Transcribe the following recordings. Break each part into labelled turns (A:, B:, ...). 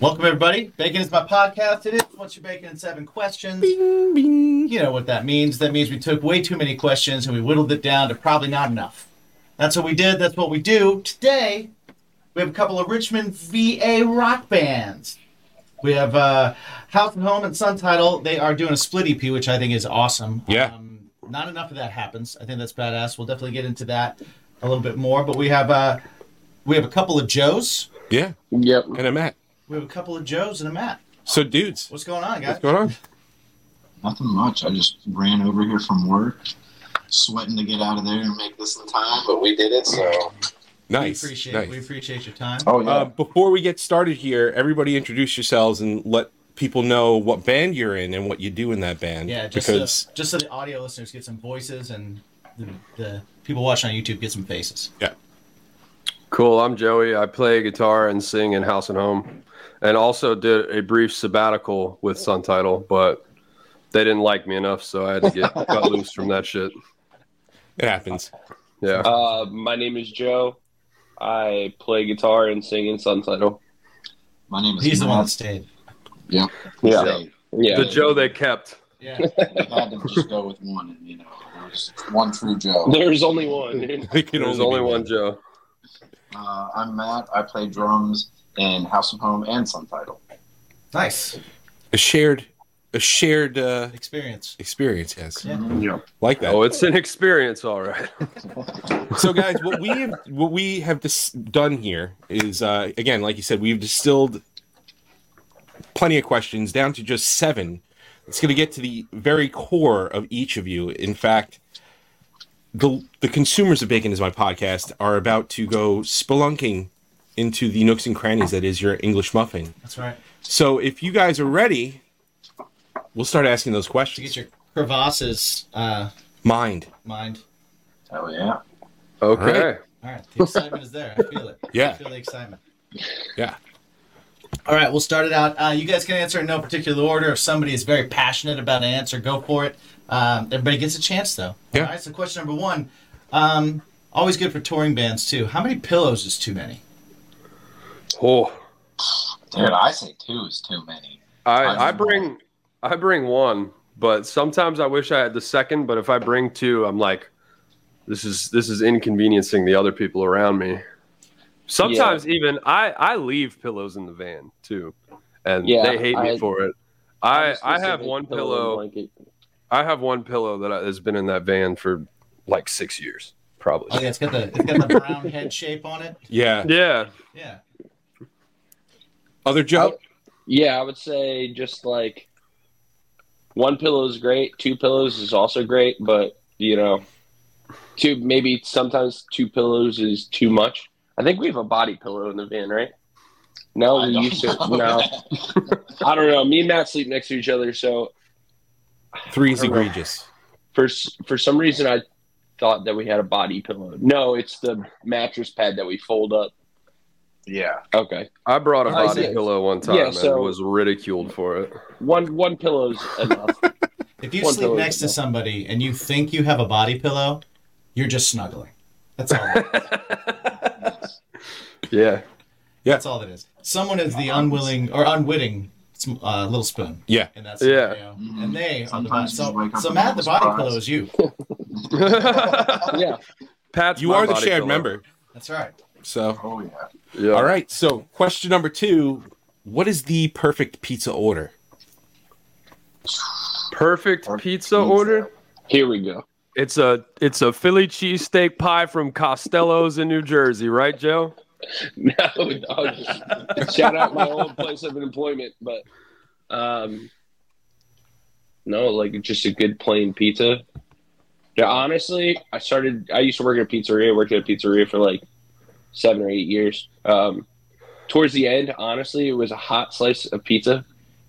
A: Welcome, everybody. Bacon is my podcast. It is What's Your Bacon in Seven Questions. You know what that means. That means we took way too many questions and we whittled it down to probably not enough. That's what we did. That's what we do. Today, we have a couple of Richmond VA rock bands. We have uh, House and Home and Sun Title. They are doing a split EP, which I think is awesome.
B: Yeah.
A: Um, not enough of that happens. I think that's badass. We'll definitely get into that a little bit more. But we have uh, we have a couple of Joes.
B: Yeah,
C: Yep.
B: and I'm at.
A: We have a couple of Joes and a Matt.
B: So, dudes,
A: What's going on, guys?
B: what's going on?
C: Nothing much. I just ran over here from work, sweating to get out of there and make this in time, but we did it. So.
B: Nice.
A: We appreciate
B: nice.
A: we appreciate your time.
C: Oh yeah.
B: Uh, before we get started here, everybody introduce yourselves and let people know what band you're in and what you do in that band.
A: yeah, just uh,
B: because
A: so, just so the audio listeners get some voices and the, the people watching on YouTube get some faces.
D: Cool. I'm Joey. I play guitar and sing in House and Home, and also did a brief sabbatical with Sun Title, but they didn't like me enough, so I had to get cut loose from that shit.
B: it happens.
D: Yeah.
E: Uh, my name is Joe. I play guitar and sing in Sun Title.
C: My name is.
A: He's the one that
C: Matt.
A: stayed.
C: Yep.
E: Yeah.
C: They,
E: Yeah.
D: The Joe they kept.
A: Yeah.
C: they had to just go with one, and you know, there was one true Joe.
E: There's only one.
B: It can
D: There's
B: only
D: only
B: be
D: one Joe.
C: Uh, I'm Matt. I play drums in House of Home and Sun Title.
A: Nice
B: A shared, a shared uh,
A: experience.
B: experience. Yes,
A: Yeah.
C: Mm-hmm.
B: like that.
D: Oh, it's an experience, all right.
B: so guys what we have what we have dis- done here is uh again like you said we've distilled plenty of questions down to just seven it's going to get to the very core of each of you in fact the the consumers of bacon is my podcast are about to go spelunking into the nooks and crannies that is your english muffin
A: That's right.
B: so if you guys are ready we'll start asking those
A: To
B: questions
A: get your crevasses uh,
B: mind
A: mind.
C: Oh yeah.
D: Okay.
B: right.
A: All right. The excitement is there. I feel it. I
B: Yeah.
A: feel the excitement.
B: yeah
A: All right, we'll start it out. Uh, you guys can answer in no particular order. If somebody is very passionate about an answer, go for it. Um, everybody gets a chance, though.
B: Yeah.
A: All right, so question number one. Um, always good for touring bands, too. How many pillows is too many?
D: Oh,
C: Dude, I say two is too many.
D: I, I bring I bring one, but sometimes I wish I had the second, but if I bring two, I'm like this is this is inconveniencing the other people around me. Sometimes even I I leave pillows in the van too. And
E: Yeah,
D: they hate me
E: I-
D: for it. I I have one pillow. I have one pillow that I- has been in that van for like 6 years
A: Oh,
D: probably.
A: yeah, it's got the, it's got the brown head shape on it.
B: yeah
D: Yeah.
A: Yeah.
B: other joke
E: Yeah, I would say just like one pillow is great. Two pillows is also great, but you know, two maybe sometimes two pillows is too much. I think we have a body pillow in the van, right?
A: Oh,
E: No,
C: I
E: we
C: don't
E: used to.
C: know.
E: No, I don't know. Me and Matt sleep next to each other, so
B: three is
E: I don't know.
B: egregious
E: for s- for some reason I thought that we had a body pillow. No, it's the mattress pad that we fold up.
C: Yeah.
E: Okay,
D: I brought a
E: I
D: body
E: see.
D: pillow one time
E: Yeah, so-
D: and was ridiculed for it.
E: one one pillow's enough.
A: If you
E: One
A: sleep
E: pillow is
A: next to
E: enough.
A: somebody and you think you have a body pillow, you're just snuggling. That's all.
D: Yeah.
A: That's all that is. Someone is the unwilling or unwitting sm- uh, little spoon.
B: Yeah.
A: In that
D: Yeah.
A: scenario.
C: Mhm.
A: And they are the body.
C: Sometimes you just
A: So,
C: wake up
A: so
C: and
A: Matt,
C: I'm
A: the body
C: surprised.
A: pillow is you.
E: yeah,
D: Pat's
B: you
D: my
B: are the
D: body
B: shared
D: pillow.
B: member.
A: That's right.
B: So,
C: Oh yeah.
D: Yeah.
B: all right. So, question number two: What is the perfect pizza order?
D: Perfect
C: Perfect
D: pizza
C: pizza.
D: order.
E: here we go.
D: It's a it's a Philly cheesesteak pie from Costello's in New Jersey, right, Joe?
E: No, dog. shout out my old place of employment, but um, no, like just a good plain pizza. Yeah, honestly, I started. I used to work at a pizzeria. Worked at a pizzeria for like seven or eight years. Um, towards the end, honestly, it was a hot slice of pizza,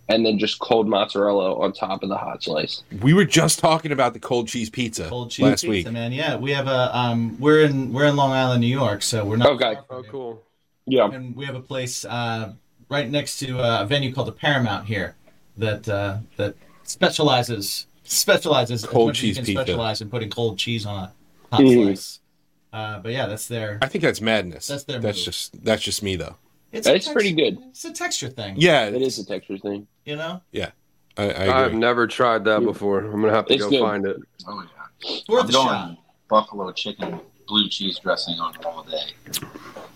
E: and then just cold mozzarella on top of the hot slice.
B: We were just talking about the cold cheese pizza
A: Cold cheese
B: last
A: pizza,
B: week.
A: man. Yeah, we have a um, we're in we're in Long Island, New York, so we're not.
E: Okay.
A: far from
D: Oh,
A: you.
D: cool.
E: Yeah,
A: And we have a place uh, right next to uh, a venue called the Paramount here that uh, that specializes specializes as
B: Cold
A: much as you
B: cheese
A: can
B: pizza.
A: Specialize in putting cold cheese on a hot
E: Mm.
A: slice. Uh, but yeah, that's their
B: I think that's madness.
A: That's
B: That's,
A: their move.
B: just that's just me though.
A: It's,
E: That's pretty good.
A: It's a texture thing.
B: Yeah,
E: It is a texture thing.
A: You know,
B: I, I
D: I've
B: agree.
D: never tried that before. I'm gonna have to
E: It's
D: go
E: good.
D: find it.
C: Oh yeah.
A: it's worth
C: I'm
A: a
C: going
A: shot.
C: buffalo chicken blue cheese dressing on it all day.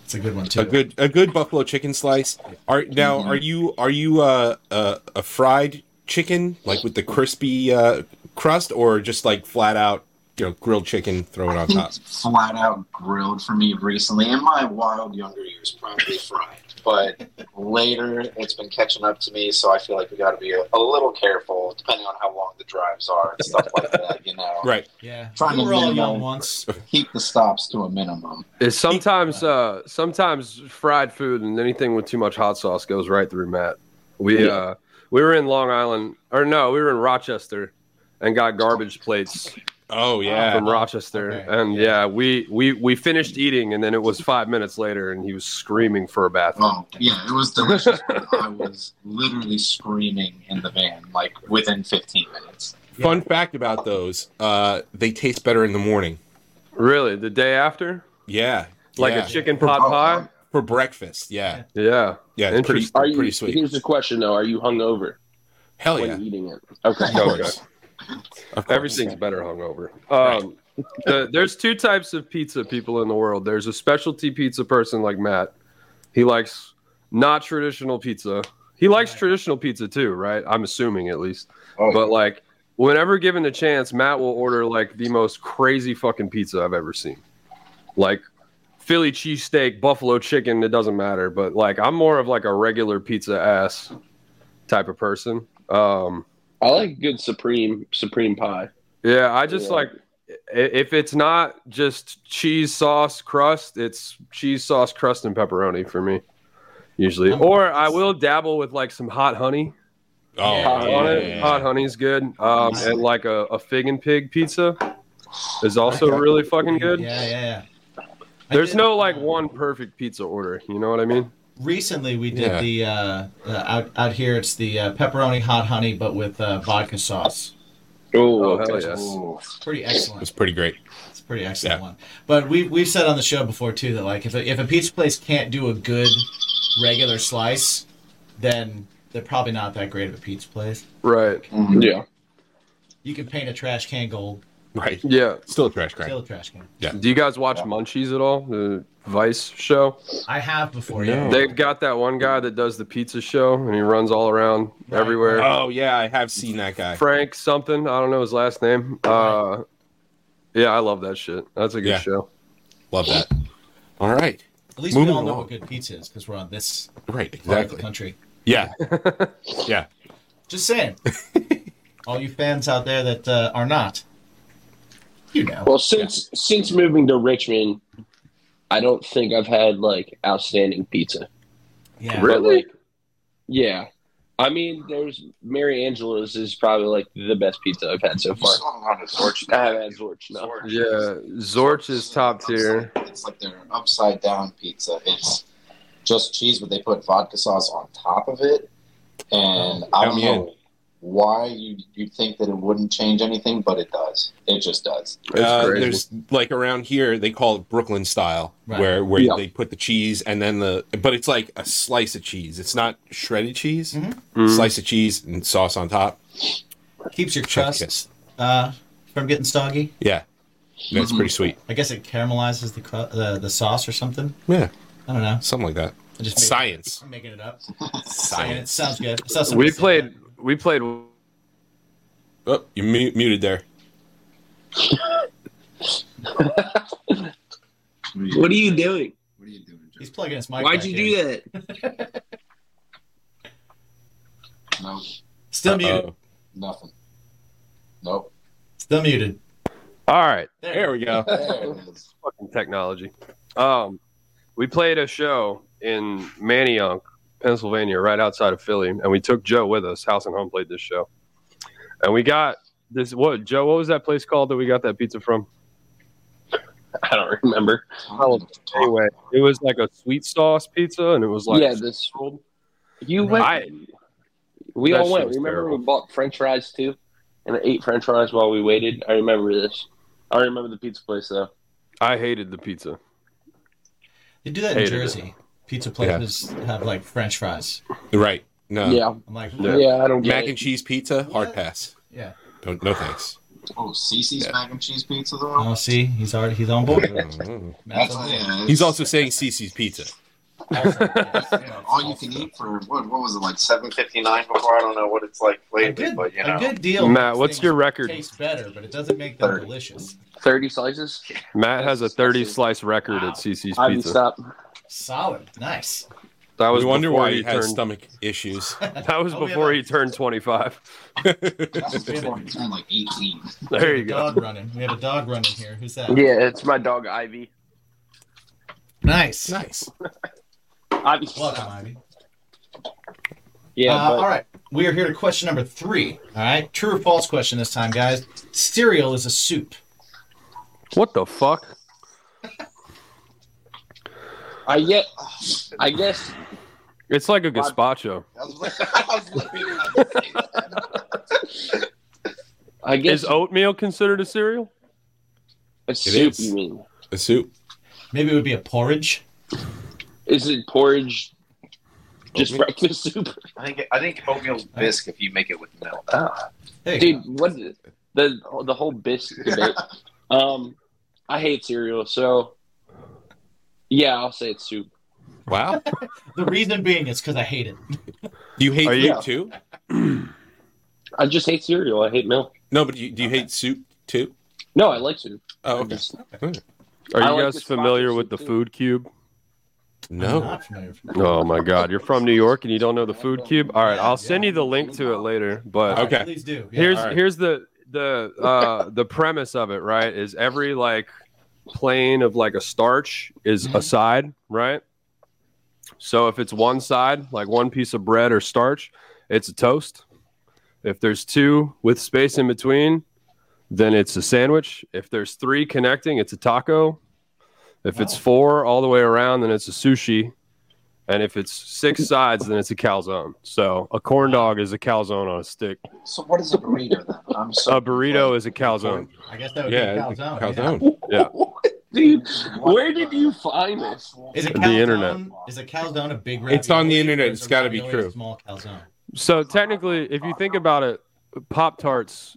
A: It's a good one too.
B: a good a good buffalo chicken slice. Are now
A: Mm-hmm.
B: are you are you uh, uh, a fried chicken like with the crispy uh, crust or just like flat out you know grilled chicken? Throw it
C: I
B: on
C: think
B: top.
C: it's flat out grilled for me recently. In my wild younger years, probably fried, but later it's been catching up to me. So I feel like we got to be a, a little careful, depending on how long the drives are and stuff like that. You know,
B: Right.
A: Yeah,
C: Trying
A: we
C: to
A: were all
C: minimize-
A: young once.
C: keep the stops to a minimum.
D: It's sometimes uh sometimes fried food and anything with too much hot sauce goes right through Matt. We
E: Yeah.
D: uh we were in Long Island or no, we were in Rochester and got garbage plates
B: Oh yeah.
D: from Rochester.
A: Okay.
D: And yeah. we we we finished eating and then it was 5 minutes later and he was screaming for a bathroom.
C: Oh yeah, it was delicious. but I was literally screaming in the van like within 15 minutes.
B: Fun fact about those: uh, they taste better in the morning.
D: Really? The day after?
B: Yeah.
D: Like
B: yeah.
D: a chicken pot pie?
B: for breakfast. Yeah.
D: Yeah.
B: Yeah. It's pretty,
D: Interesting.
E: Are you?
B: pretty sweet.
E: Here's the question though: Are you hungover
B: Hell
E: when
B: yeah.
E: eating it? Okay.
B: Of
D: Okay.
B: course. Of course.
D: Everything's better hungover. Um, the, there's two types of pizza people in the world. There's a specialty pizza person like Matt. He likes not traditional pizza. He likes
A: Right.
D: traditional pizza too, right? I'm assuming at least.
C: Oh,
D: But like, whenever given the chance, Matt will order like the most crazy fucking pizza I've ever seen. Like Philly cheesesteak, buffalo chicken, it doesn't matter. But like, I'm more of like a regular pizza ass type of person. Um,
E: I like good supreme supreme pie.
D: yeah, I just
E: Yeah.
D: like i- if it's not just cheese sauce crust, it's cheese sauce crust and pepperoni for me usually.
A: I'm-
D: Or I will dabble with like some hot honey.
B: Oh,
D: Hot,
B: yeah.
D: honey, hot honey's good. Um, and like a, a fig and pig pizza is also really fucking good.
A: Yeah, yeah, yeah. I
D: There's
A: did,
D: no like
A: um,
D: one perfect pizza order. You know what I mean?
A: Recently, we did
B: Yeah.
A: the uh, uh, out out here. It's the uh, pepperoni hot honey, but with uh, vodka sauce.
D: Oh, hell
E: okay.
D: yes.
C: ooh.
A: Pretty excellent.
B: It's pretty great.
A: It's a pretty excellent
B: Yeah.
A: one. But we've we've said on the show before too that like if a, if a pizza place can't do a good regular slice, then they're probably not that great of a pizza place.
D: Right.
C: Mm.
E: Yeah.
A: You can paint a trash can gold,
B: Right.
D: Yeah.
B: Still a trash can.
A: still a trash can.
D: Do you guys watch Munchies at all? The Vice show?
A: I have before.
B: No.
A: Yeah.
D: They've got that one guy that does the pizza show and he runs all around
A: Right.
D: everywhere.
B: Oh yeah, I have seen that guy.
D: Frank something, I don't know his last name. Uh yeah, I love that shit. That's a good
B: Yeah.
D: show.
B: Love that. All right.
A: At least we all
B: Moving
A: know what
B: along.
A: good pizza is because we're on this part of
B: Right.
A: the
B: Exactly.
A: country.
B: Yeah. yeah.
A: Just saying. all you fans out there that uh, are not, you know.
E: Well, since since moving to Richmond, I don't think I've had like outstanding pizza.
A: Yeah.
E: Really?
D: Really?
E: Yeah. I mean, there's Mary Angelo's is probably like the best pizza I've had so
C: You
E: far.
C: saw them on the Zorch.
E: I haven't had Zorch, no.
C: Zorch.
D: Yeah. Zorch is top tier.
C: It's like their upside down pizza. It's just cheese, but they put vodka sauce on top of it. And
B: Count
C: I don't
B: me
C: know why you you think that it wouldn't change anything, but it does. It just does.
D: It's
B: Uh,
D: crazy.
B: there's like around here they call it Brooklyn style,
A: Right.
B: where where
E: Yeah.
B: they put the cheese and then the but it's like a slice of cheese. It's not shredded cheese.
A: Mhm.
D: Mm.
B: Slice of cheese and sauce on top.
A: Keeps your
B: Chef's
A: crust
B: kiss.
A: uh, from getting soggy.
B: Yeah, that's
C: Mhm.
B: pretty sweet.
A: I guess it caramelizes the cru- the, the sauce or something.
B: Yeah,
A: I don't know.
B: something like that.
A: I just made-
B: Science.
A: I'm making it up. Saying it
B: Science.
A: sounds good. I saw somebody
D: we
A: say
D: played
A: that.
D: we played
B: Oh, you mu- muted there.
E: What are you doing?
C: What are you doing,
A: He's plugging his mic.
E: Why'd
A: back
E: you
A: in.
E: do that?
C: No,
A: Still muted.
B: Uh-oh.
C: nothing. Nope.
A: Still muted.
D: All right.
B: There we go.
C: There it is.
D: Fucking technology. Um we played a show in Manayunk, Pennsylvania, right outside of Philly, and we took Joe with us. House and Home played this show. And we got this what Joe, what was that place called that we got that pizza from?
E: I don't remember.
C: I
D: Oh.
C: don't know what to talk
D: Anyway,
C: about.
D: it was like a sweet sauce pizza, and it was like
E: yeah, this you
D: Mm-hmm.
E: went.
D: I-
E: we
D: That
E: all
D: shit
E: went.
D: was
E: Remember,
D: terrible.
E: we bought French fries too, and I ate French fries while we waited. I remember this. I remember the pizza place though.
D: I hated the pizza.
A: They do that in
D: Hated it.
A: Jersey. pizza places have like French fries.
B: Right. No.
E: yeah,
A: I'm like,
E: yeah,
A: yeah,
E: I don't get
B: Mac
E: it.
B: and cheese pizza, hard pass. Don't, no thanks.
C: Oh, Cece's
B: Yeah.
C: mac and cheese pizza though.
A: Oh, see, he's already he's on board. with it. Matt's
C: That's
A: on board.
C: yeah,
B: He's
C: it's-
B: also saying Cece's pizza.
A: Also, yes, you know,
C: all you can eat for what? What was it like seven fifty nine before? I don't know what it's like
A: A
C: lately,
A: good,
C: but you
A: a
C: know,
A: good deal.
D: Matt,
A: makes
D: what's
A: things
D: your record?
A: Taste better, but it doesn't make them
C: Third.
A: delicious.
E: thirty slices.
D: Matt has a 30 slice record
A: Wow.
D: at CC's
E: I would
D: Pizza.
E: stop.
A: Solid, nice.
D: That was
B: we wonder
D: before
B: why he has
D: turned,
B: stomach issues.
D: That was
A: Oh, we have
D: before
A: a-
D: he turned 25.
C: that's before he turned like eighteen.
E: Oh,
A: We
D: There you
A: have a
D: go.
A: Dog running. We have a dog running here. Who's that?
E: Yeah, it's my dog Ivy.
A: Nice.
B: nice.
E: Ivy.
A: Welcome, Ivy.
E: Yeah,
A: uh,
E: but
A: all right. We are here to question number three. All right. True or false question this time, guys. Cereal is a soup.
D: What the fuck?
E: I get. I guess
D: It's like a
E: Why-
D: gazpacho.
C: I was, I was looking at that.
E: I guess
D: Is oatmeal considered a cereal?
E: a soup.
B: is.
E: You mean?
B: A soup.
A: Maybe it would be a porridge.
E: Is it porridge? Just
B: Oatmeal?
E: breakfast soup,
C: I think I think oatmeal's bisque if you make it with milk.
A: There you
E: dude.
A: go.
E: What is it? the the whole biscuit debate? Um, I hate cereal, so yeah, I'll say it's soup.
B: Wow.
A: The reason being is because I hate it.
B: Do you hate
D: Are
B: soup
D: you-
B: too?
E: I just hate cereal. I hate milk.
B: No, but you, do you hate soup too?
E: No, I like soup.
B: Oh,
E: I
B: okay.
E: just-
D: Are
E: I
D: you
E: like
D: guys
E: gazpacho
D: familiar
E: soup
D: with the
E: too.
D: food cube?
A: I'm
B: No.
A: not familiar with-
D: Oh my god, you're from New York and you don't know the food cube? All right,
A: Yeah,
D: I'll send
A: yeah.
D: you the link to it later, but
A: All right,
B: Okay.
A: Please do. Yeah.
D: here's
B: all right.
D: here's the the uh the premise of it right is every like plane of like a starch is a
A: Mhm.
D: side right so if it's one side like one piece of bread or starch it's a toast if there's two with space in between then it's a sandwich if there's three connecting it's a taco if it's
A: Wow.
D: four all the way around then it's a sushi and if it's six sides then it's a calzone so a corn dog is a calzone on a stick
C: So what is a burrito then? I'm so
D: a burrito is a calzone.
A: I guess that would be a
B: Yeah.
A: calzone. yeah.
B: Calzone.
E: Dude, where did you find this?
A: Is a
D: The
A: calzone,
D: internet.
A: Is a calzone a big ravioli?
B: It's on the internet.
A: or is
B: It's
A: a
B: gotta be
A: ravioli a
B: true.
A: Small calzone.
D: So technically, if you think about it, Pop Tarts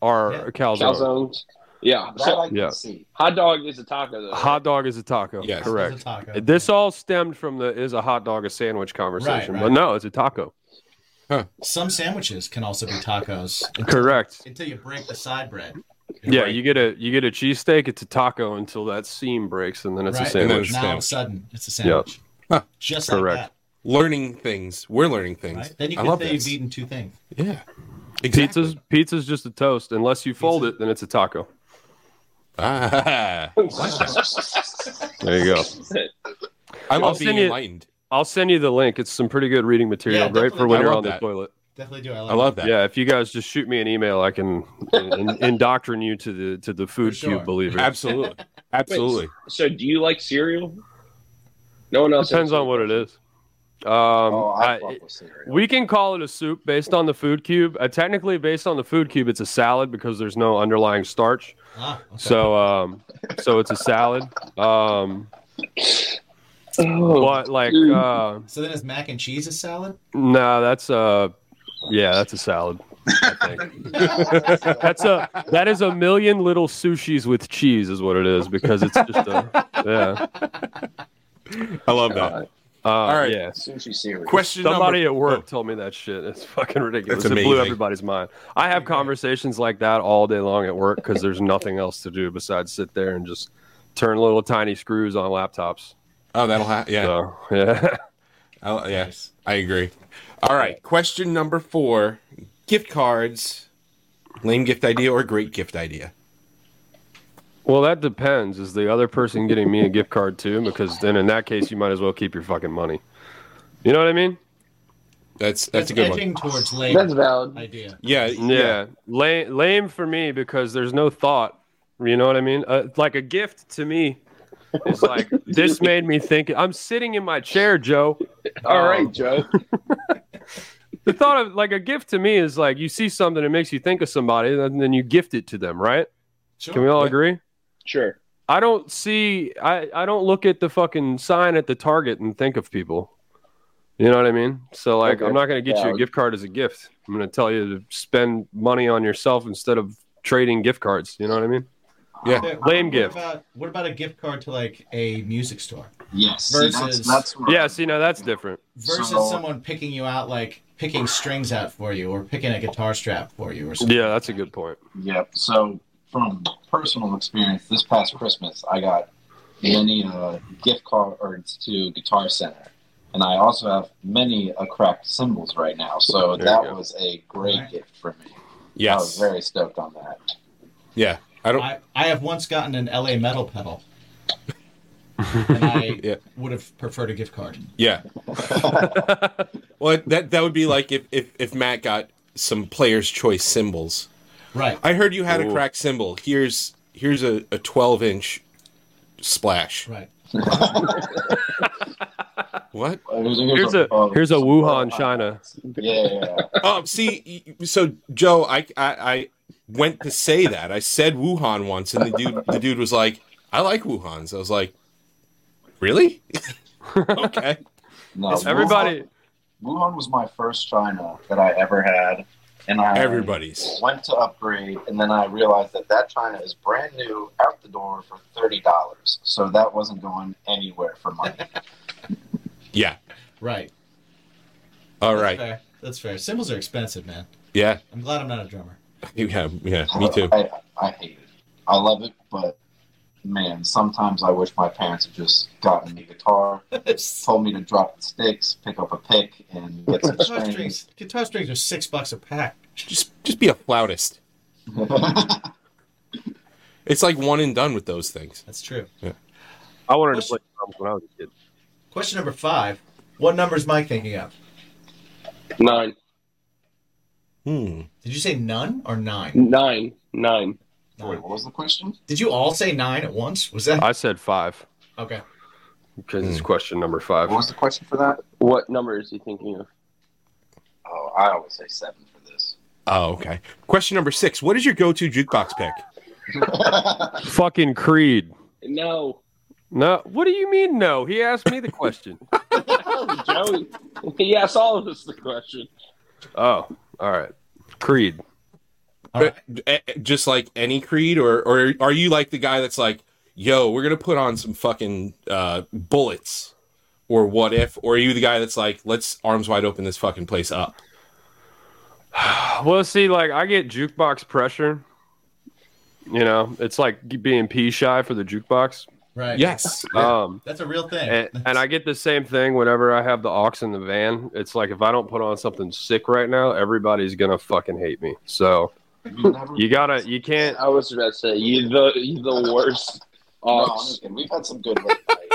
D: are
A: Yeah.
D: a calzone.
E: Calzones. Yeah.
C: that
E: So
C: I can
D: Yeah.
C: see.
E: hot dog is a taco though.
D: A hot dog is a taco.
B: Yes.
A: It's
D: Correct.
A: a taco.
D: This all stemmed from the is a hot dog a sandwich conversation,
A: Right,
D: but
A: right.
D: no, it's a taco.
A: Some sandwiches can also be tacos. Until-
D: Correct.
A: Until you break the side bread.
D: Yeah,
B: Right.
D: you get a you get a cheesesteak, it's a taco until that seam breaks, and then it's
A: right?
D: a
B: And then
D: sandwich.
A: Now
B: it's
A: all of a
B: sandwich.
A: sudden, it's a sandwich.
B: Huh.
A: Just like
D: Correct.
B: Learning things. We're learning
A: that.
B: things.
A: Right? Then you
B: I
A: can
B: love
A: say
B: this.
A: you've eaten two things.
B: Yeah.
D: Pizza's pizza's just a toast. Unless you fold
A: Pizza-
D: it, then it's a taco.
B: Ah,
D: There you go.
B: I
D: I'll
B: love
D: send
B: being
D: you-
B: enlightened.
D: I'll send you the link. It's some pretty good reading material,
A: Yeah,
D: great for
A: definitely.
D: when
B: I
D: you're
B: love
D: on the
B: that.
D: toilet.
A: Definitely do. I love,
B: I love that.
D: Yeah, if you guys just shoot me an email, I can in- indoctrinate you to the to the food
A: sure.
D: cube believer.
B: Absolutely. Absolutely.
E: So do you like cereal? No one else
D: Depends on what it is. Um,
C: oh, I,
D: I-
C: fuck with cereal.
D: we can call it a soup based on the food cube. Uh, technically, based on the food cube, it's a salad because there's no underlying starch.
A: Ah, okay.
D: So, um, so it's a salad. Um,
E: Oh,
D: but like,
E: dude.
D: uh,
A: So then is mac and cheese a salad?
D: no, that's a yeah, that's a salad. I think. That's a that is a million little sushis with cheese is what it is because it's just a yeah.
B: I love that.
D: Uh, All
B: right.
D: right. Yeah.
C: sushi cereal.
B: Question
D: Somebody
B: number.
D: at work
B: Oh.
D: told me that shit. It's fucking ridiculous.
B: That's
D: it blew
B: amazing.
D: everybody's mind. I have conversations like that all day long at work because there's nothing else to do besides sit there and just turn little tiny screws on laptops.
B: Oh, that'll happen. Yeah.
D: So, yeah.
B: I, yeah.
A: Nice.
B: I agree. All right. Question number four gift cards, lame gift idea or great gift idea?
D: well, that depends. Is the other person getting me a gift card too? Because then in that case, you might as well keep your fucking money. You know what I mean?
B: That's that's a good one.
A: edging towards
E: that's
A: labor
E: valid.
A: idea.
B: Yeah.
D: Yeah. Lame, lame for me because there's no thought. You know what I mean? Uh, like a gift to me is like, this made me think. I'm sitting in my chair, Joe.
E: All
D: Um,
E: right, Joe.
D: the thought of like a gift to me is like you see something that makes you think of somebody and then you gift it to them, right?
A: Sure.
D: Can we all
B: Yeah.
D: agree?
E: Sure.
D: I don't see. I I don't look at the fucking sign at the Target and think of people. You know what I mean? So like,
E: Okay.
D: I'm not gonna get you a
E: Yeah.
D: gift card as a gift. I'm gonna tell you to spend money on yourself instead of trading gift cards. You know what I mean?
B: Yeah.
A: What
D: Lame
A: about-
D: gift.
A: what about a gift card to like a music store
C: Yes. see,
A: Versus-
C: that's, that's where-
D: Yeah. See, now that's different.
A: versus
C: So-
A: someone picking you out, like picking strings out for you or picking a guitar strap for you or something?
D: Yeah, that's a good point.
C: Yep. So from personal experience, this past Christmas, I got many uh, gift cards to Guitar Center, and I also have many uh, cracked cymbals right now. So
D: There you
C: that
D: go.
C: was a great
A: Alright.
C: gift for me. I was
D: Oh,
B: Yes.
C: very stoked on that.
B: Yeah. I don't.
A: I, I have once gotten an LA metal pedal. and I
B: Yeah.
A: would have preferred a gift card.
B: Yeah. well, that that would be like if if if Matt got some player's choice cymbals.
A: Right.
B: I heard you had a
D: Ooh.
B: cracked cymbal. Here's here's a a 12 inch splash.
A: Right.
B: What?
C: Here's a,
D: Here's a
C: oh,
D: here's a
C: some-
D: Wuhan,
C: oh,
D: China.
C: Yeah, yeah, yeah.
B: Oh, see, y- so Joe, I, I I went to say that I said Wuhan once, and the dude the dude was like, "I like Wuhan's." I was like, "Really? okay."
C: No,
B: It's-
D: Everybody.
C: Wuhan, Wuhan was my first China that I ever had, and I
B: Everybody's.
C: went to upgrade, and then I realized that that china is brand new out the door for thirty dollars. So that wasn't going anywhere for money.
B: Yeah.
A: Right.
B: All
A: That's
B: right.
A: Fair. That's fair. Symbols are expensive, man.
B: Yeah.
A: I'm glad I'm not a drummer.
B: Yeah. Yeah. Me too.
C: I, I hate it. I love it, but man, sometimes I wish my parents had just gotten me a guitar, told me to drop the sticks, pick up a pick, and get some
A: guitar
C: strings.
A: strings. Guitar strings are six bucks a pack.
B: Just just be a flautist. It's like one and done with those things.
A: That's true.
D: I wanted to play drums when I was a kid.
A: Question number five. What number is Mike thinking of?
E: Nine,
B: Hmm.
A: Did you say none or nine?
E: nine, nine.
C: Wait, what was the question?
A: Did you all say nine at once? Was that
D: I said five
A: okay?
D: because
E: Hmm.
D: it's question number five.
C: What was the question for that?
E: What number is he thinking of?
C: Oh, I always say seven for this.
B: Oh, okay. Question number six: What is your go-to jukebox pick?
D: Fucking Creed.
E: No,
D: No, what do you mean? No, he asked me the question.
E: Joey. he asked all of us the question.
D: oh, all right. Creed.
A: All right.
B: Eh, eh, Just like any Creed, or or are you like the guy that's like, "Yo, we're gonna put on some fucking uh, bullets," or "What if"? Or are you the guy that's like, "Let's arms wide open this fucking place up"?
D: Well, see, like I get jukebox pressure. You know, it's like being pee shy for the jukebox.
A: Right.
B: Yes.
D: Um,
A: That's a real thing.
D: and, and I get the same thing whenever I have the aux in the van. It's like if I don't put on something sick right now, everybody's gonna fucking hate me. So
C: You never-
D: you gotta, you can't.
E: I was about to say you the you the worst.
C: No, Oh, I'm
E: Ox.
C: just kidding. We've had some good late night,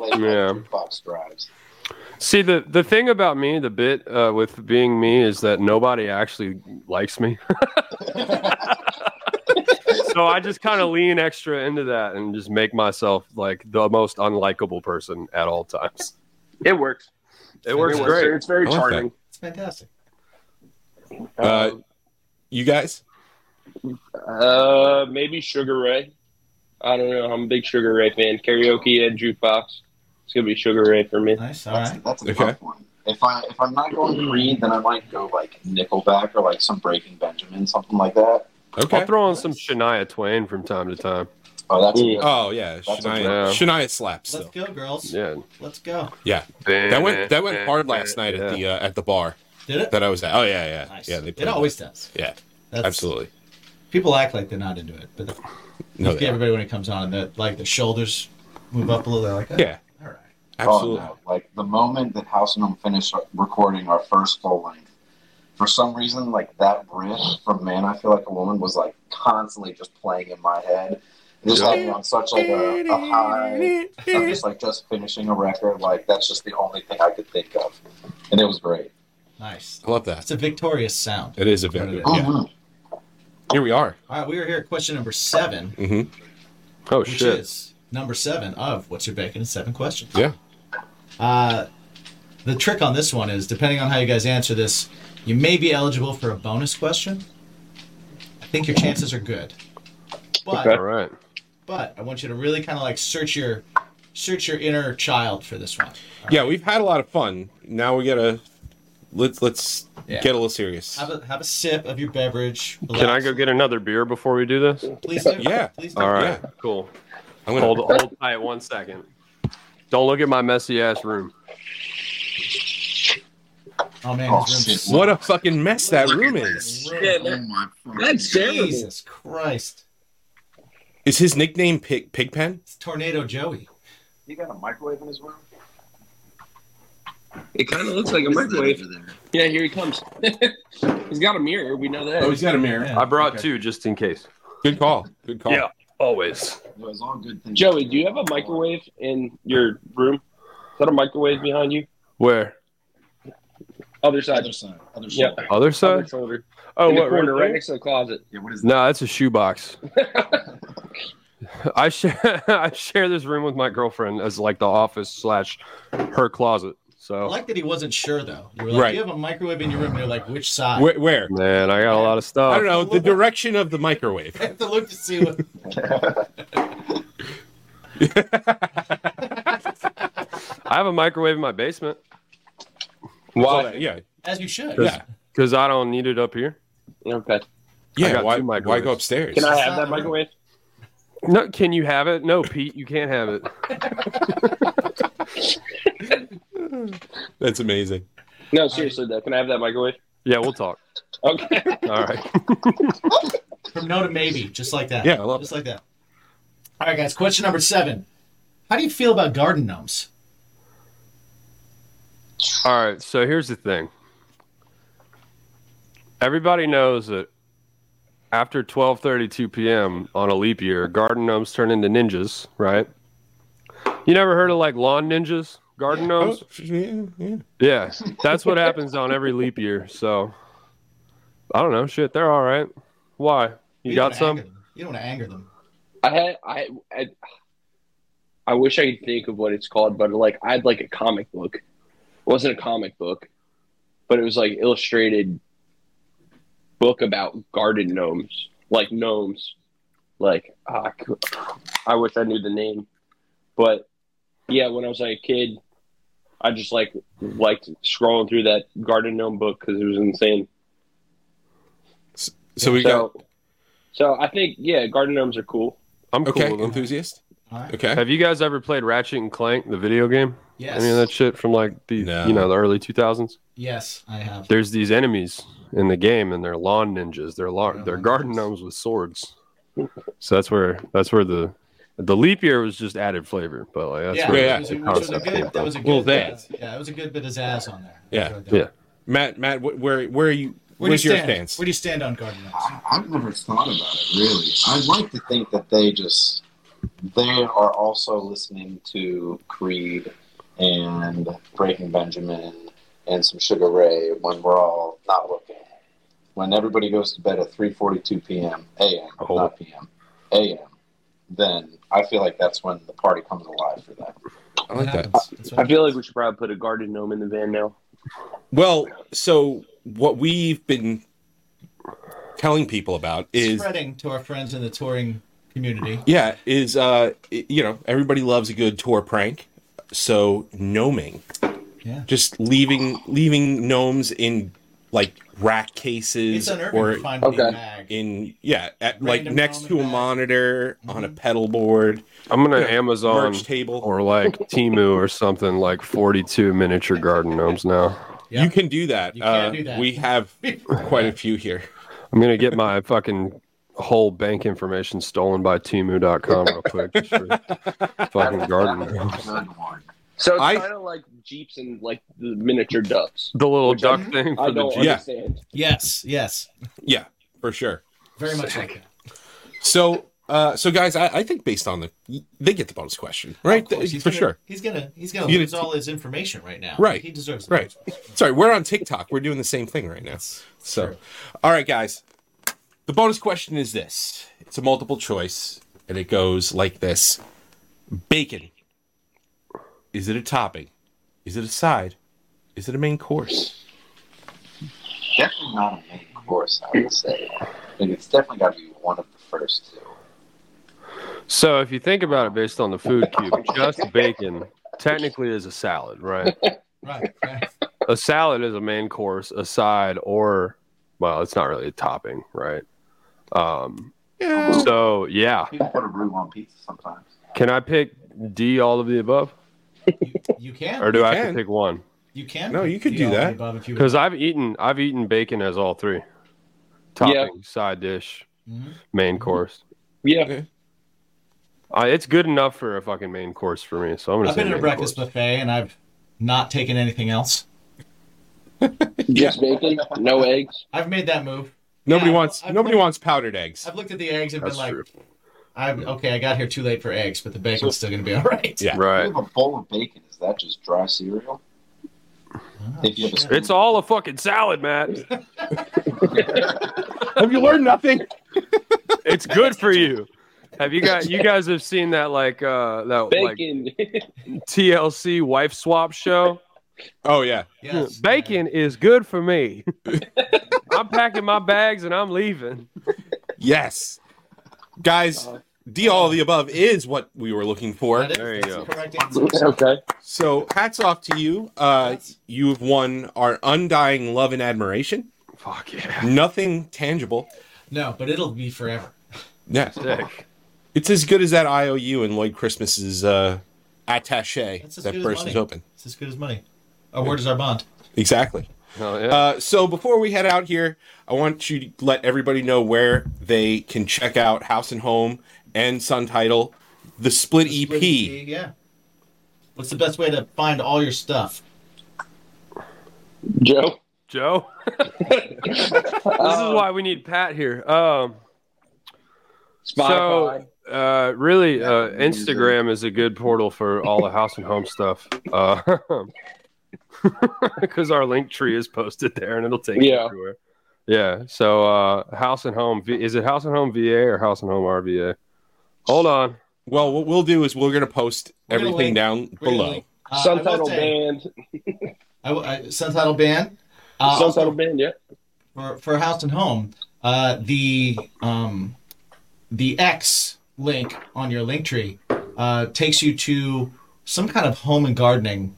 C: late night
D: Yeah.
C: jukebox drives.
D: See the the thing about me, the bit uh, with being me is that nobody actually likes me. so I just kind of lean extra into that and just make myself like the most unlikable person at all times.
E: It works.
D: It works
E: It works.
D: great.
E: It's very
B: I like
E: charming.
A: it's fantastic.
B: Uh,
E: Um,
B: you guys?
E: Uh, maybe Sugar Ray. I don't know. I'm a big Sugar Ray fan. Karaoke at jukebox. It's gonna be Sugar Ray for me.
A: Nice. All
C: That's,
A: right.
C: that's a
B: Okay.
C: tough one. If I if I'm not going Creed, then I might go like Nickelback or like some Breaking Benjamin, something like that.
B: Okay.
D: I'll throw on some Shania Twain from time to time.
C: Oh, that's a
E: Mm.
C: good-
B: Oh yeah,
C: That's
B: Shania.
D: okay.
B: Shania slaps
A: Let's
B: though.
A: go, girls.
D: Yeah,
A: Let's go.
B: That went that went hard last night at the uh, at the bar
A: Did it?
B: that I was at. Oh yeah, yeah,
A: Nice.
B: yeah. They
A: it
B: played
A: always does.
B: that. yeah,
A: That's,
B: absolutely.
A: People act like they're not into it, but
B: No,
A: you
B: they
A: see
B: are.
A: everybody when it comes on, and they're- like their shoulders move up a little. They're like, oh,
B: yeah,
A: all right.
B: absolutely.
C: Oh, no. Like the moment that House and Home finished recording our first full length, for some reason, like that riff from Man, I Feel Like a Woman was like constantly just playing in my head. It just had me on such like a, a high. I'm just like just finishing a record. Like that's just the only thing I could think of, and it was great.
A: Nice.
B: I love that.
A: It's a victorious sound.
B: It is a very
E: Oh,
B: yeah.
C: Mhm.
B: Here we are.
A: All right, we are here at question number seven,
B: hmm
D: Oh
A: which
D: shit!
A: is number seven of What's Your Bacon in Seven Questions.
B: Yeah.
A: Uh, the trick on this one is, depending on how you guys answer this, you may be eligible for a bonus question. I think your chances are good. But
D: All right.
A: But I want you to really kind of like search your search your inner child for this one.
B: Yeah, we've had a lot of fun. Now we gotta let's let's
A: Yeah.
B: get a little serious.
A: Have a have a sip of your beverage.
D: Can I
A: Relax.
D: go get another beer before we do this?
A: Please do.
B: Yeah.
A: Please do.
D: All right,
B: Yeah.
D: cool.
B: I'm gonna
D: Hold, hold tight one second. Don't look at my messy ass room.
A: Oh man.
C: Oh,
A: his room's-
C: shit.
B: What a fucking mess that room is.
A: his room-
E: Yeah,
C: Oh my fucking
E: That's
C: God.
E: terrible.
A: Jesus Christ.
B: Is his nickname Pig Pigpen?
A: It's Tornado Joey.
C: You got a microwave in his room?
E: It kind of looks like a
C: What is that
E: microwave.
C: over there?
E: Yeah, here he comes. he's got a mirror. We know that.
B: Oh, he's got a mirror.
A: Yeah.
D: I brought
A: Okay.
D: two just in case.
B: Good call. Good call.
D: Yeah, always.
C: It was all good things.
E: Joey, do you have a microwave in your room? Is that a microwave behind you?
D: Where?
E: Other side.
C: Other side. Other
E: Yeah.
C: side.
D: Other
E: Other
D: side?
E: shoulder.
D: Oh,
E: in the
D: what?
E: corner, right,
D: Right there?
E: next to the closet.
C: Yeah, what is that?
D: No, that's a shoebox. I share I share this room with my girlfriend as like the office slash her closet.
A: I
D: So
A: like that he wasn't sure though. You were like,
B: Oh. Right.
A: you have a microwave in your room. And you're like, which side?
B: Where, where?
D: man, I got a lot of stuff.
B: I don't know the direction of the microwave.
A: I have to look to see what.
D: I have a microwave in my basement
B: So,
E: Why?
B: Yeah.
A: As you should.
B: Yeah.
D: because I don't need it up here.
E: Okay.
D: I
B: Yeah.
D: got
B: Why,
D: two
B: why
D: microwaves.
B: go upstairs?
E: Can I
A: It's
E: have
A: not
E: that
A: a room.
E: microwave?
D: No, can you have it? No, Pete, you can't have it.
B: That's amazing.
E: No, seriously though. Can I have that microwave?
D: Yeah, we'll talk.
E: Okay.
D: All right.
A: From no to maybe, just like that.
B: Yeah, I love
A: just like that. All right, guys. Question number seven. How do you feel about garden gnomes?
D: All right, so here's the thing. Everybody knows that after 12:32 p.m. on a leap year, garden gnomes turn into ninjas, right? You never heard of like lawn ninjas, garden gnomes?
B: Oh, yeah, yeah.
D: Yeah, that's what happens on every leap year. So I don't know, shit, they're all right. Why? You
A: don't
D: got
A: wanna
D: some?
A: anger them. You don't want to anger them.
E: I had I, I I wish I could think of what it's called, but like I had like a comic book. It wasn't a comic book, but it was like illustrated book about garden gnomes, like gnomes. Like ah, I cou- I wish I knew the name, but yeah, when I was like a kid, I just like liked scrolling through that garden gnome book because it was insane.
B: So we
E: so, so I think yeah, garden gnomes are cool.
D: I'm
B: got
D: cool
B: okay
D: with them.
B: enthusiast.
A: All right.
B: Okay.
D: Have you guys ever played Ratchet and Clank, the video game?
A: Yes.
D: Any of that shit from like the
B: No.
D: you know the early 2000s?
A: Yes, I have.
D: there's these enemies in the game and they're lawn ninjas they're lawn
A: Yeah,
D: they're
A: lawn
D: garden
A: ninjas.
D: gnomes with swords so that's where that's where the the leap year was just added flavor but like that's
A: yeah,
D: where
B: yeah.
A: It was,
D: the
A: a- which was a
D: concept came
A: good, that
D: from.
A: was a good.
B: Well,
A: uh,
B: that.
A: yeah, it was a good bit of zazz on there.
B: Yeah.
A: Enjoyed that one.
D: Yeah.
B: Matt, Matt, wh- where where
A: Where
B: are you?
A: do you
B: where's your
A: stand?
B: stance?
A: Where do you stand on garden gnomes?
C: I- I've never thought about it really. I'd like to think that they just they are also listening to Creed and Breaking Benjamin and some Sugar Ray when we're all not looking. When everybody goes to bed at three forty two PM AM,
D: Oh.
C: not PM, AM, then I feel like that's when the party comes alive for them.
B: I like that.
A: happens. That's what
E: I feel like we should probably put a garden gnome in the van now.
B: Well, so what we've been telling people about is
A: spreading to our friends in the touring community.
B: yeah, is uh i- you know, everybody loves a good tour prank. So gnoming.
A: Yeah.
B: Just leaving leaving gnomes in like rack
A: It's
B: cases
A: unnerving
B: or
A: to find
E: Okay.
A: a bag.
B: in yeah, at, like
A: Random Mm-hmm.
B: next
A: gnome
B: to a
A: in bag.
B: monitor, on a pedal board,
D: i'm gonna
B: Yeah.
D: amazon
B: merch table.
D: or like timu or something like 42 miniature garden gnomes now
A: Yeah.
B: You can do that.
A: You can
B: Uh,
A: do that.
B: We have quite a few here.
D: i'm gonna get my fucking whole bank information stolen by timu.com real quick just for fucking garden gnomes
C: Good one.
E: So it's
B: I-
E: kind of like jeeps and like the miniature ducks.
D: the little
E: Which
D: duck thing
E: I
D: for the
E: don't
D: Jeep.
B: Yeah.
E: understand.
A: Yes, yes,
B: Yeah, for sure.
A: very much like that.
B: So, uh, so guys, I, I think based on the, they get the bonus question, right?
A: Of course,
B: for
A: he's gonna-
B: sure.
A: He's gonna he's gonna
B: You
A: lose
B: didn't-
A: all his information right now.
B: Right.
A: He deserves it.
B: Right. Sorry, we're on TikTok. We're doing the same thing right now. So,
A: true.
B: all right, guys, the bonus question is this: it's a multiple choice, and it goes like this: Bacon. Is it a topping? Is it a side? Is it a main course?
C: Definitely not a main course, I would say. I think it's definitely got to be one of the first two.
D: So if you think about it, based on the food cube, just bacon technically is a salad, right?
A: Right. right.
D: A salad is a main course, a side, or well, it's not really a topping, right? Um,
B: Yeah.
D: so yeah,
C: People put a roux on pizza sometimes.
D: can I pick D all of the above,
A: You, you can.
D: or do I have
B: can.
D: to pick one?
A: you can.
B: No,
A: pick
B: you could
A: the
B: do
A: all of the
B: that.
A: above if you would.
D: Because I've eaten, I've eaten bacon as all three, topping,
E: Yeah.
D: side dish,
A: Mhm.
D: main course.
E: Yeah.
D: Uh, it's good enough for a fucking main course for me. So I'm gonna.
A: I've
D: say
A: been at a
D: main
A: breakfast
D: course.
A: buffet and I've not taken anything else.
E: Just bacon, no eggs.
A: I've made that move.
B: Nobody
A: Yeah,
B: wants
A: I've
B: nobody
A: looked-
B: wants powdered eggs.
A: I've looked at the eggs and
D: That's
A: been like,
D: true.
A: I'm okay. I got here too late for eggs, but the bacon's still gonna be all right.
B: Yeah.
C: If
D: Right.
C: you have a bowl of bacon, is that just dry cereal?
A: Oh,
C: If you have a
A: shit.
C: sp-
D: It's all a fucking salad, Matt.
B: Have you learned nothing?
D: It's good for you. Have you guys? You guys have seen that like uh that
E: Bacon.
D: like TLC wife swap show?
B: Oh yeah.
A: Yes.
D: Bacon is good for me. I'm packing my bags and I'm leaving.
B: Yes. Guys,
A: Uh-huh.
B: D all of the above is what we were looking for.
A: That is-
D: There you
A: that's the
D: go.
A: correct answer.
E: okay.
B: So hats off to you. Uh, you have won our undying love and admiration.
D: Fuck yeah.
B: Nothing tangible.
A: No, but it'll be forever.
B: Yeah,
D: Sick.
B: it's as good as that IOU and Lloyd Christmas's uh, attaché
A: That's as
B: that
A: good as
B: burst
A: money.
B: is open.
A: It's as good as money. Our word is our bond.
B: Exactly.
D: Hell yeah.
B: Uh, so before we head out here, I want you to let everybody know where they can check out House and Home and Sun Title, the split,
D: E
B: E
A: E
B: EP.
A: Yeah. What's the best way to find all your stuff?
E: Joe.
D: Joe. This is
E: Um,
D: why we need Pat here. Um.
E: Spotify.
D: Uh, really,
C: Yeah,
D: uh,
C: we use it.
D: Instagram is a good portal for all the house and home stuff. Because our link tree is posted there, and it'll take you
E: Yeah.
D: everywhere. Yeah. So, uh, house and home. V- Is it house and home VA or house and home RVA? Hold on.
B: Well, what we'll do is we're going to post
A: We're gonna
B: everything
A: link-
B: down
A: We're gonna
B: below.
A: link- Uh, I
E: Sun
A: will
E: title
A: say-
E: band.
A: I will- I- Subtitle band. Uh,
E: Sun
A: also
E: title band. Yeah.
A: for, for house and home, uh, the um, the X link on your link tree uh, takes you to some kind of home and gardening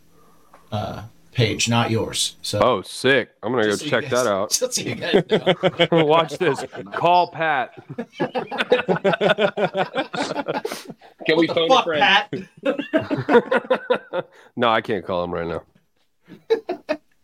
A: uh, page, not yours. So
D: Oh, sick. I'm gonna go
A: just so you
D: check
A: guys-
D: that out.
A: just so you guys know.
D: Watch this. Call Pat.
E: Can we
A: What the
E: phone a
A: fuck,
E: friend?
A: Pat?
D: no, I can't call him right now.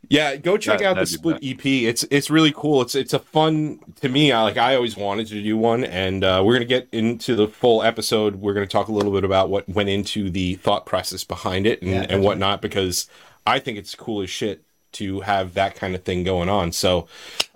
B: Yeah, go check
D: That-
B: out the
D: that'd be
B: split EP. It's it's really cool. It's it's a fun to me. I, like I always wanted to do one, and uh, we're gonna get into the full episode. We're gonna talk a little bit about what went into the thought process behind it and,
A: Yeah,
B: and
A: definitely.
B: whatnot because I think it's cool as shit to have that kind of thing going on. So,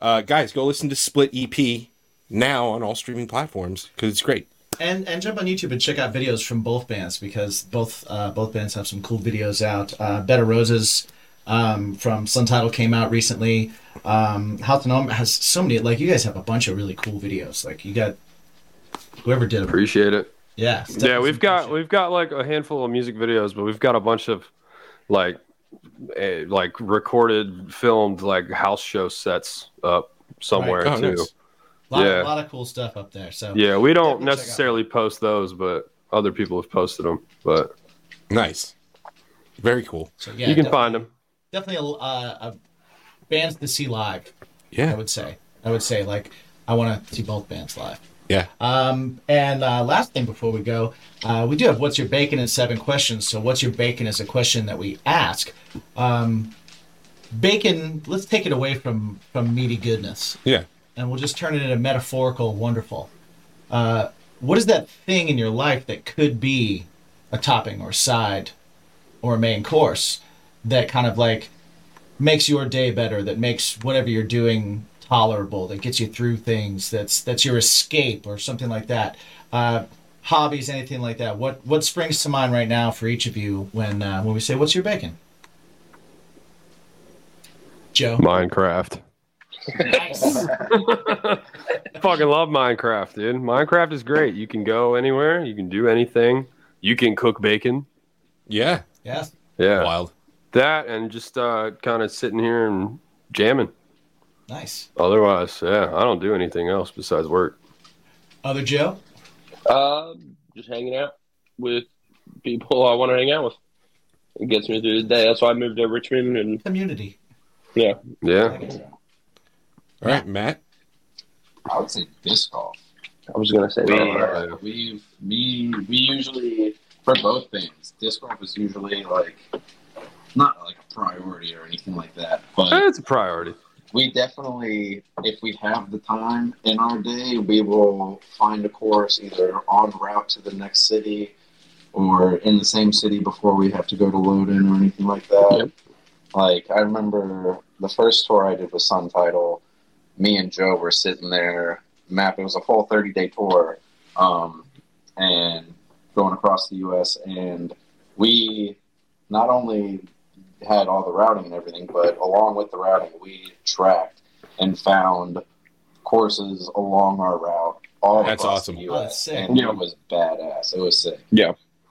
B: uh, guys, go listen to Split EP now on all streaming platforms because it's great.
A: and and jump on YouTube and check out videos from both bands because both uh, both bands have some cool videos out. Uh, Bed of Roses um, from Sun Title came out recently. Um, House and Home has so many. Like you guys have a bunch of really cool videos. Like you got whoever did them.
D: Appreciate it.
A: Yeah,
D: yeah we've got we've got like a handful of music videos but we've got a bunch of like eh, like recorded filmed like house show sets up somewhere
B: Right. Oh,
D: too
B: nice.
A: lot,
D: yeah.
A: lot of cool stuff up there. So
D: yeah we don't
A: Definitely check out.
D: necessarily post those but other people have posted them but
B: Nice, very cool.
A: so yeah
D: you can
A: def-
D: find them
A: definitely a, uh, a bands to see live. I
B: Yeah,
A: would say. I would say like I want to see both bands live.
B: yeah.
A: Um, and uh, last thing before we go, uh, we do have what's your bacon in seven questions. So what's your bacon is a question that we ask. Um, bacon. Let's take it away from from meaty goodness,
B: Yeah.
A: and we'll just turn it into metaphorical wonderful. Uh, what is that thing in your life that could be a topping or side or a main course that kind of like makes your day better, that makes whatever you're doing tolerable, that gets you through things, that's that's your escape or something like that. Uh, hobbies, anything like that. What what springs to mind right now for each of you when uh, when we say what's your bacon? Joe.
D: minecraft
A: Nice.
D: fucking love minecraft dude minecraft is great you can go anywhere you can do anything you can cook bacon
B: Yeah,
A: yes.
D: yeah
B: wild.
D: that and just uh kind of sitting here and jamming
A: Nice.
D: otherwise yeah i don't do anything else besides work
A: Other Joe?
E: Uh, just hanging out with people I want to hang out with. It gets me through the day. That's why I moved to Richmond, and
A: Community.
D: Yeah.
B: All right, Matt.
C: I would say disc golf.
E: I was gonna say
C: We,
E: that.
C: uh, we've we we usually for both things. Disc golf is usually like not like a priority or anything like that, but
D: Eh, It's a priority.
C: we definitely, if we have the time in our day, we will find a course either on route to the next city or in the same city before we have to go to Loden or anything like that. Like, I remember the first tour I did with Sun Title, me and Joe were sitting there, map, it was a full 30 day tour, um, and going across the U.S. And we not only had all the routing and everything, but along with the routing, we tracked and found courses along our route. All
B: That's
C: across
B: awesome.
C: The
A: Oh, that's
C: US,
A: sick.
C: And
E: Yeah.
C: it was badass. It was sick.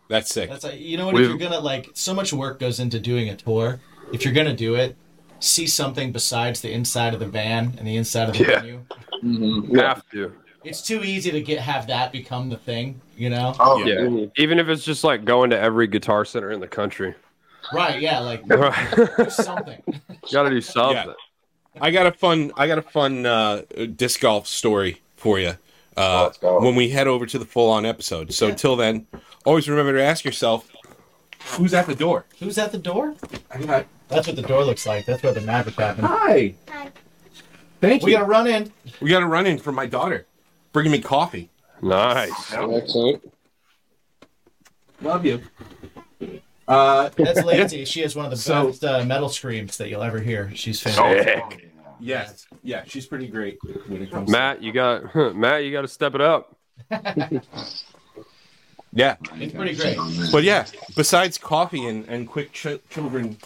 B: That's sick.
A: That's like, you know what?
D: We've-
A: if you're gonna like, so much work goes into doing a tour. If you're gonna do it, see something besides the inside of the van and the inside of the
D: Yeah.
A: venue.
C: Mm-hmm.
D: Have to.
A: It's too easy to get have that become the thing. You know?
C: Oh
D: Yeah.
C: yeah.
D: Even if it's just like going to every guitar center in the country.
A: Right? Yeah. Like do
D: Right.
A: something.
D: Gotta do something.
B: I got a fun I got a fun uh, disc golf story for you uh,
C: Let's go.
B: when we head over to the full on episode. So till then, always remember to ask yourself, who's at the door?
A: Who's at the door? That's what the door looks like. That's where the magic happened.
B: Hi.
F: Hi.
B: Thank
A: We
B: you.
A: gotta run in.
B: we got a run in from my daughter, bringing me coffee.
D: Nice.
E: Excellent.
B: Love you. Uh,
A: That's Lazy. She has one of the
B: So-
A: best uh, metal screams that you'll ever hear. She's
C: Oh,
A: fantastic.
C: yeah.
B: yes, yeah, she's pretty great when it comes.
D: Matt, you got Matt, you gotta step it up.
B: yeah,
A: It's pretty great.
B: but yeah, besides coffee and and quick ch- children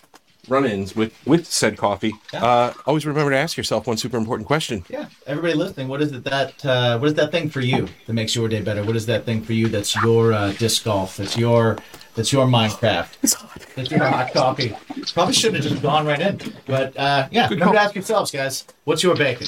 B: run-ins with with said coffee,
A: Yeah.
B: uh, always remember to ask yourself one super important question.
A: Yeah, everybody listening, what is it that uh, what is that thing for you that makes your day better? What is that thing for you that's your uh, disc golf? That's your that's your Minecraft. It's hot. That's your hot coffee. Probably should have just gone right in, but uh, yeah, remember to ask yourselves, guys, what's your bacon?